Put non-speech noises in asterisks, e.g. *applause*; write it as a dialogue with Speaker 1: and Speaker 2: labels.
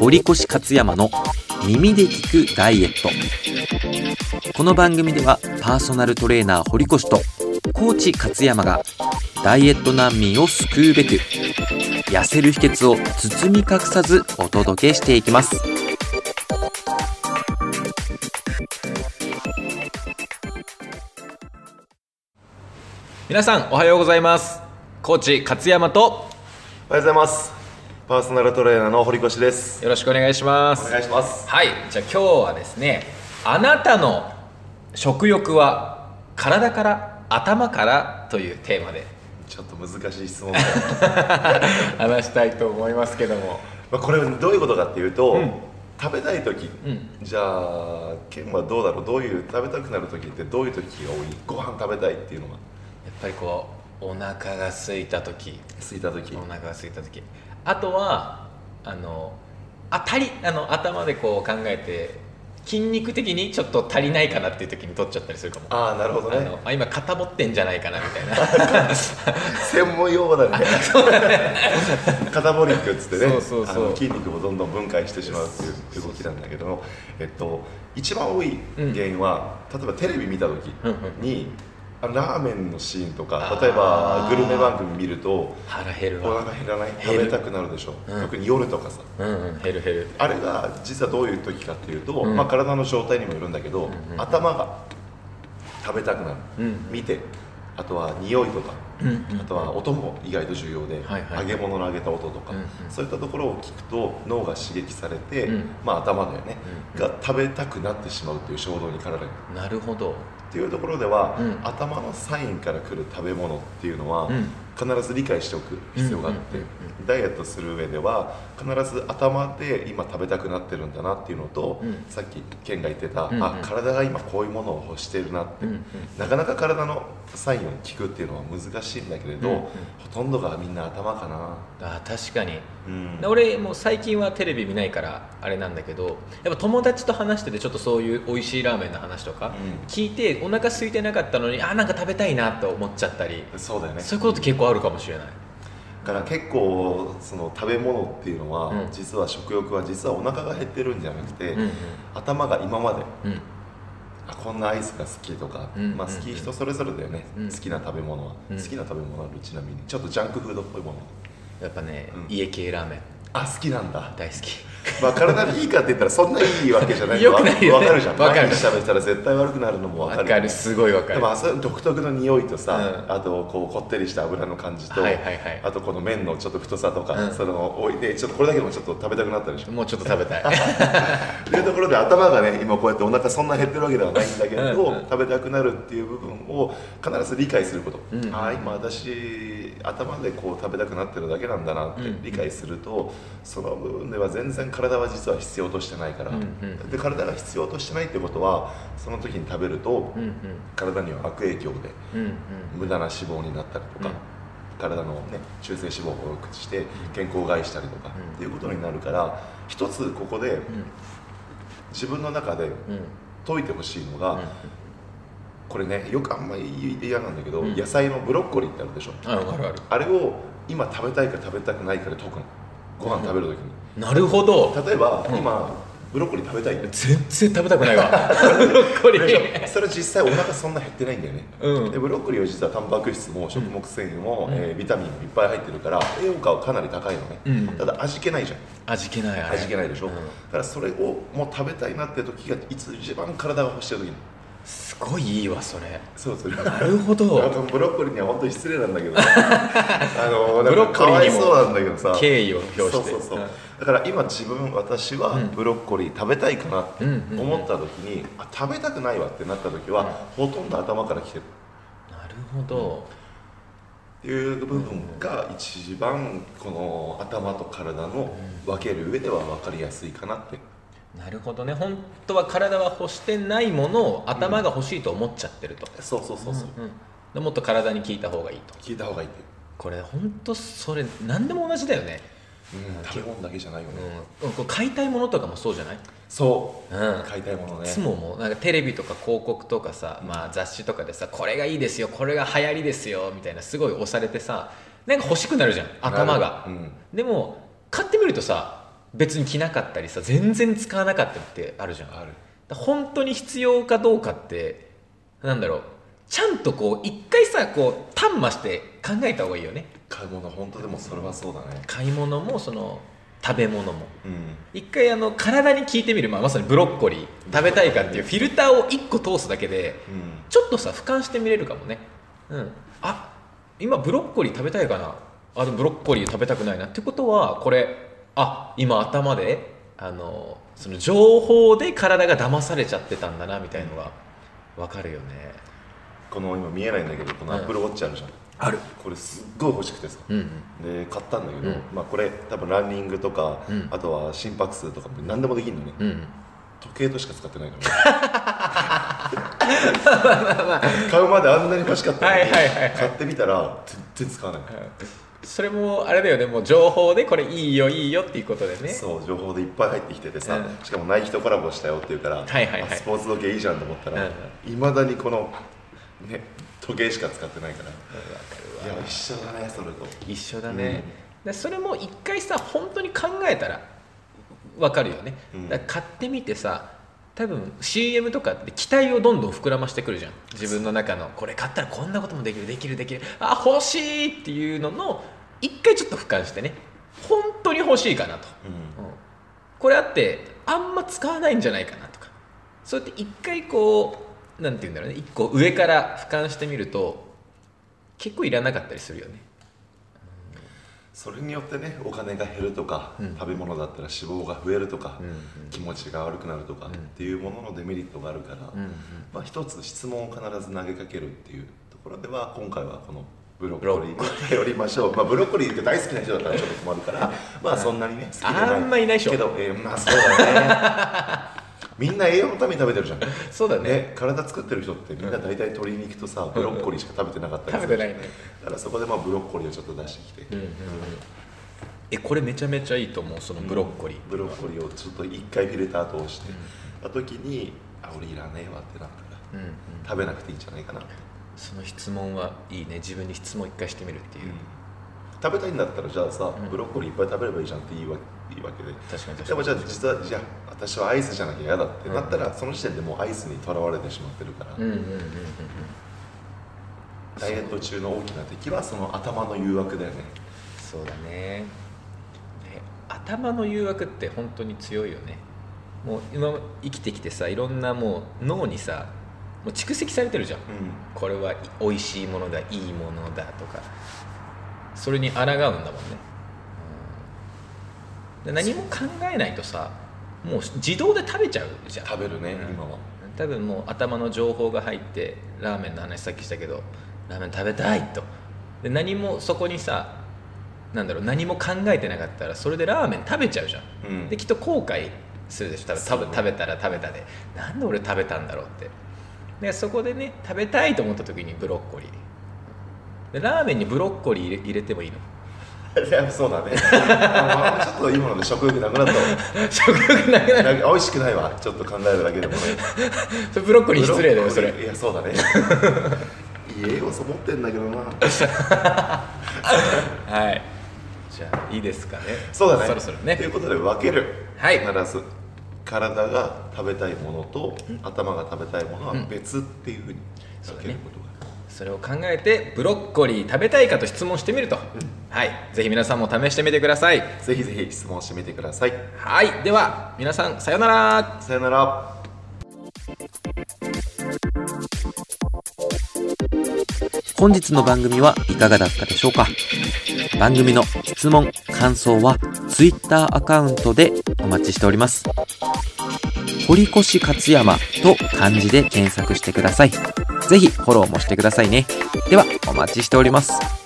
Speaker 1: 堀越勝山の耳で聞くダイエットこの番組ではパーソナルトレーナー堀越とコーチ勝山がダイエット難民を救うべく痩せる秘訣を包み隠さずお届けしていきます
Speaker 2: 皆さんおはようございますコーチ勝山と
Speaker 3: おはようございますパーソナルトレーナーの堀越です
Speaker 2: よろしくお願いしま
Speaker 3: お
Speaker 2: す
Speaker 3: 願いします
Speaker 2: はいじゃあ今日はですねあなたの食欲は体から頭からというテーマで
Speaker 3: ちょっと難しい質問だ
Speaker 2: 話したいと思いますけども
Speaker 3: まあこれどういうことかっていうと、
Speaker 2: ん
Speaker 3: 食べたい時、じゃあ健はどうだろうどういう食べたくなる時ってどういう時が多いご飯食べたいっていうのが
Speaker 2: やっぱりこうお腹が空いた時
Speaker 3: 空いた時
Speaker 2: お腹が空いた時あとはあのあ足りあの頭でこう考えて筋肉的にちょっと足りないかなっていう時に取っちゃったりするかも
Speaker 3: ああなるほど
Speaker 2: あ
Speaker 3: ね
Speaker 2: のあ今肩持ってんじゃないかなみたいな
Speaker 3: 専門用語だね *laughs* カタボリックっつってね
Speaker 2: そうそうそう
Speaker 3: あの筋肉をどんどん分解してしまうっていう動きなんだけども、えっと、一番多い原因は、例えばテレビ見た時に、あのラーメンのシーンとか
Speaker 2: あー
Speaker 3: 例えばグルメ番組見ると
Speaker 2: 腹減る
Speaker 3: お
Speaker 2: わ
Speaker 3: 腹減らない
Speaker 2: 減
Speaker 3: 食
Speaker 2: る
Speaker 3: べたくなるでしょ、
Speaker 2: うん
Speaker 3: 特に夜とかさ
Speaker 2: うんうん減る減る
Speaker 3: あれが実はどういう時かっていうと、
Speaker 2: うん
Speaker 3: まあ、体の状態にもよるんだけど、
Speaker 2: うん
Speaker 3: 頭が食べたくなる、
Speaker 2: うん
Speaker 3: 見てあとは匂いとか、
Speaker 2: うん
Speaker 3: あとは音も意外と重要で、
Speaker 2: はいはい
Speaker 3: 揚げ物の揚げた音とか、
Speaker 2: うんうん
Speaker 3: そういったところを聞くと脳が刺激されて、
Speaker 2: うん
Speaker 3: まあ、頭だよね、
Speaker 2: うん
Speaker 3: が食べたくなってしまうという衝動にかられる
Speaker 2: なるほど
Speaker 3: っていうところでは、
Speaker 2: うん
Speaker 3: 頭のサインから来る食べ物っていうのは、
Speaker 2: うん
Speaker 3: 必ず理解しておく必要があって、
Speaker 2: うんうん
Speaker 3: ダイエットする上では必ず頭で今食べたくなってるんだなっていうのと、
Speaker 2: うん
Speaker 3: さっき健が言ってた、
Speaker 2: うんうん
Speaker 3: あ体が今こういうものを欲してるなって、
Speaker 2: うんうん
Speaker 3: なかなか体のサインを聞くっていうのは難しいんだけれど、
Speaker 2: うんうん
Speaker 3: ほとんどがみんな頭かな、
Speaker 2: あ確かに
Speaker 3: うん
Speaker 2: 俺もう最近はテレビ見ないからあれなんだけどやっぱ友達と話しててちょっとそういう美味しいラーメンの話とか
Speaker 3: うん
Speaker 2: 聞いてお腹空いてなかったのにあなんか食べたいなと思っちゃったり
Speaker 3: そうだよね
Speaker 2: そういうことって結構あるかもしれない
Speaker 3: だから結構その食べ物っていうのは、
Speaker 2: うん
Speaker 3: 実は食欲は実はお腹が減ってるんじゃなくて、
Speaker 2: うんうん
Speaker 3: 頭が今まで
Speaker 2: うん
Speaker 3: あこんなアイスが好きとか、
Speaker 2: うん
Speaker 3: まあ、
Speaker 2: うん
Speaker 3: 好き人それぞれだよね、
Speaker 2: うん
Speaker 3: 好きな食べ物は、
Speaker 2: うん
Speaker 3: 好きな食べ物はちなみにちょっとジャンクフードっぽいもの
Speaker 2: やっぱね
Speaker 3: うん
Speaker 2: 家系ラーメン
Speaker 3: あ好きなんだ、
Speaker 2: 大好き
Speaker 3: まあ、体にいいかって言ったらそんないいわけじゃないの
Speaker 2: *laughs* よくないよね
Speaker 3: わかるじゃん
Speaker 2: わかる
Speaker 3: 毎日食べてたら絶対悪くなるのもわか
Speaker 2: わ
Speaker 3: る
Speaker 2: かるすごいわか
Speaker 3: で
Speaker 2: る
Speaker 3: もあそれ独特の匂いとさ、
Speaker 2: うん
Speaker 3: あとこうこってりした油の感じと、
Speaker 2: はいはいはい
Speaker 3: あとこの麺のちょっと太さとか、
Speaker 2: うん
Speaker 3: その置いてちょっとこれだけでもちょっと食べたくなったでしょ
Speaker 2: もうちょっと食べたい
Speaker 3: *laughs* というところで頭がね今こうやってお腹そんな減ってるわけではないんだけど
Speaker 2: うんうん
Speaker 3: 食べたくなるっていう部分を必ず理解すること、
Speaker 2: うん
Speaker 3: ああ今私頭でこう食べたくなってるだけなんだなって
Speaker 2: うん
Speaker 3: 理解すると、その部分では全然体は実は必要としてないから、
Speaker 2: うんうん
Speaker 3: で体が必要としてないってことはその時に食べると、
Speaker 2: うん
Speaker 3: 体には悪影響で
Speaker 2: うんうん
Speaker 3: 無駄な脂肪になったりとか、
Speaker 2: うん
Speaker 3: 体の、ね、中性脂肪を多くして健康を害したりとか、
Speaker 2: うん
Speaker 3: っていうことになるから一つここで
Speaker 2: うん
Speaker 3: 自分の中で
Speaker 2: うんうん
Speaker 3: 解いてほしいのが、これねよくあんまり嫌なんだけど、
Speaker 2: うん
Speaker 3: 野菜のブロッコリーってあるでしょ
Speaker 2: あるあるある
Speaker 3: あれを今食べたいか食べたくないかで解くのご飯食べる時に、
Speaker 2: なるほど
Speaker 3: 例えば、
Speaker 2: うん
Speaker 3: 今ブロッコリー食べたいって
Speaker 2: 全然食べたくないわブロッコリー
Speaker 3: それ実際お腹そんな減ってないんだよね、
Speaker 2: うん
Speaker 3: でブロッコリーは実はタンパク質も食物繊維も、えービタミンもいっぱい入ってるから栄養価はかなり高いのね、
Speaker 2: うん
Speaker 3: ただ味気ないじゃん
Speaker 2: 味気ないあれ
Speaker 3: 味気ないでしょ、
Speaker 2: うん
Speaker 3: だからそれをもう食べたいなって時がいつ一番体が欲してる時に
Speaker 2: すごいいいわそれ
Speaker 3: そうそれ
Speaker 2: なるほ
Speaker 3: *laughs* あ
Speaker 2: ど
Speaker 3: のブロッコリーには本当に失礼なんだけ
Speaker 2: *laughs*
Speaker 3: どあの
Speaker 2: ブロッコリーにも
Speaker 3: なんかかわいそうなんだけどさ
Speaker 2: 敬意を表して
Speaker 3: そうそうそうだから今自分私は
Speaker 2: うん
Speaker 3: ブロッコリー食べたいかなって
Speaker 2: うんうんうん
Speaker 3: 思った時に、あ食べたくないわってなった時は、ほとんど頭から来てる
Speaker 2: なるほど
Speaker 3: っていう部分が一番この頭と体の分ける上では分かりやすいかなって
Speaker 2: なるほどね本当は体は欲してないものを頭が欲しいと思っちゃってると、
Speaker 3: そうそうそうそう、
Speaker 2: うんでもっと体に効いた方がいいと
Speaker 3: 聞いた方がいいって、
Speaker 2: これ本当それ何でも同じだよね、
Speaker 3: うん、食べ物だけじゃないよね、
Speaker 2: うん、こう買いたいものとかもそうじゃない
Speaker 3: そう、
Speaker 2: うん
Speaker 3: 買いたいもの
Speaker 2: い
Speaker 3: ね
Speaker 2: つももうなんかテレビとか広告とかさ、まあ、雑誌とかでさこれがいいですよこれが流行りですよみたいなすごい押されてさなんか欲しくなるじゃん頭が、
Speaker 3: うん
Speaker 2: でも買ってみるとさ別に着なかったりさ全然使わなかったりってあるじゃん
Speaker 3: ある
Speaker 2: だから本当に必要かどうかってなんだろうちゃんとこう一回さこう端まして考えた方がいいよね
Speaker 3: 買い物本当でもそれはそうだね
Speaker 2: 買い物もその食べ物も
Speaker 3: うん
Speaker 2: 一回あの体に効いてみる、まあ、まさにブロッコリー食べたいかっていうフィルターを1個通すだけで
Speaker 3: うん
Speaker 2: ちょっとさ俯瞰してみれるかもねうんあ今ブロッコリー食べたいかなあでもブロッコリー食べたくないなってことはこれあ今頭であのその情報で体が騙されちゃってたんだなみたいのが分かるよね
Speaker 3: この今見えないんだけどこの
Speaker 2: う
Speaker 3: ア
Speaker 2: ん
Speaker 3: ップルウォッチあるじゃん
Speaker 2: ある
Speaker 3: これすっごい欲しくてさ
Speaker 2: うん
Speaker 3: で買ったんだけど、
Speaker 2: うん
Speaker 3: まあ、これ多分ランニングとか、
Speaker 2: うん
Speaker 3: あとは心拍数とかも何でもできるのね、
Speaker 2: うんうん
Speaker 3: 時計としか使ってないから
Speaker 2: *laughs*
Speaker 3: 買うまであんなに欲しかったのに
Speaker 2: はいはいはいはい
Speaker 3: 買ってみたら全然使わない、
Speaker 2: それもあれだよねもう情報でこれいいよいいよっていうことでね
Speaker 3: そう情報でいっぱい入ってきててさ、
Speaker 2: うん
Speaker 3: しかもナイキとコラボしたよって言うから、
Speaker 2: はいはいはい
Speaker 3: あスポーツ時計いいじゃんと思った
Speaker 2: う
Speaker 3: ら
Speaker 2: ん
Speaker 3: いま、未だにこの、ね、時計しか使ってないから、いや一緒だねそれと
Speaker 2: 一緒だね、でそれも一回さ本当に考えたら分かるよね、
Speaker 3: うん
Speaker 2: だから買ってみてさ多分 CM とかって期待をどんどん膨らましてくるじゃん自分の中のこれ買ったらこんなこともできるできるできるあ欲しいっていうのの一回ちょっと俯瞰してね本当に欲しいかなと、
Speaker 3: うん
Speaker 2: うんこれあってあんま使わないんじゃないかなとかそうやって一回こうなんて言うんだろうね一個上から俯瞰してみると結構いらなかったりするよね
Speaker 3: それによってねお金が減るとか、
Speaker 2: うん
Speaker 3: 食べ物だったら脂肪が増えるとか、
Speaker 2: うんうん
Speaker 3: 気持ちが悪くなるとか、
Speaker 2: うん
Speaker 3: っていうもののデメリットがあるから、
Speaker 2: うんうん
Speaker 3: まあ、一つ質問を必ず投げかけるっていうところでは今回はこのブロッコリーに頼りましょう、まあ、ブロッコリーって大好きな人だったらちょっと困
Speaker 2: *laughs*
Speaker 3: るからまあそんなにね好きじゃない
Speaker 2: あんまいないでしょ
Speaker 3: けど、えーまあそうだねみんな栄養のために食べてるじゃん
Speaker 2: そうだね
Speaker 3: ね体作ってる人ってみんな大体鶏肉とさブロッコリーしか食べてなかったり
Speaker 2: 食
Speaker 3: す
Speaker 2: べ
Speaker 3: る
Speaker 2: てないね
Speaker 3: だからそこでまあブロッコリーをちょっと出してきて、
Speaker 2: えこれめちゃめちゃいいと思うそのブロッコリー、
Speaker 3: ブロッコリーをちょっと一回フィルター通してた時にあ俺いらねえわってなったら
Speaker 2: うんうん
Speaker 3: 食べなくていいんじゃないかなって、
Speaker 2: その質問はいいね自分に質問一回してみるっていう、
Speaker 3: 食べたいんだったらじゃあさ
Speaker 2: うん
Speaker 3: ブロッコリーいっぱい食べればいいじゃんっていいわいいわけで
Speaker 2: 確かに確
Speaker 3: で
Speaker 2: か
Speaker 3: も
Speaker 2: に
Speaker 3: じゃあ実はじゃあ私はアイスじゃなきゃ嫌だって
Speaker 2: うん
Speaker 3: なったらその時点でもうアイスにとらわれてしまってるから、
Speaker 2: うんうんうんうんうん
Speaker 3: ダイエット中の大きな敵はその頭の誘惑だよね
Speaker 2: そうだねね頭の誘惑って本当に強いよねもう今生きてきてさいろんなもう脳にさもう蓄積されてるじゃん
Speaker 3: う
Speaker 2: これは美味しいものだいいものだとかそれに抗うんだもんね、うんで何も考えないとさもう自動で食べちゃうじゃん
Speaker 3: 食べるね、
Speaker 2: うん
Speaker 3: 今は
Speaker 2: 多分もう頭の情報が入ってラーメンの話さっきしたけどラーメン食べたいとで何もそこにさなんだろう何も考えてなかったらそれでラーメン食べちゃうじゃん
Speaker 3: うん
Speaker 2: できっと後悔するでしょ多分
Speaker 3: そう
Speaker 2: 多分食べたら食べたでなんで俺食べたんだろうってでそこでね食べたいと思った時にブロッコリーでラーメンにブロッコリー入れ入れてもいいの *laughs*
Speaker 3: いやそうだねあちょっと今ので食欲なくなったわ
Speaker 2: 食欲なくなる
Speaker 3: なんか美味しくないわちょっと考えるだけでもね
Speaker 2: それブロッコリー失礼だよそれ
Speaker 3: いやそうだねいい栄養素持ってんだけどな
Speaker 2: はいじゃあいいですかね
Speaker 3: そうだね
Speaker 2: そろそろ
Speaker 3: とい
Speaker 2: ね
Speaker 3: うことで分ける、
Speaker 2: はい
Speaker 3: 必ず体が食べたいものと頭が食べたいものは別っていうふうに分けることが、
Speaker 2: それを考えてブロッコリー食べたいかと質問してみると、はいぜひ皆さんも試してみてください
Speaker 3: ぜひぜひ質問してみてください
Speaker 2: はいでは皆さんさようなら
Speaker 3: さよなら
Speaker 1: 本日の番組はいかがだったでしょうか番組の質問、感想は Twitter アカウントでお待ちしております。堀越勝山と漢字で検索してください。ぜひフォローもしてくださいね。ではお待ちしております。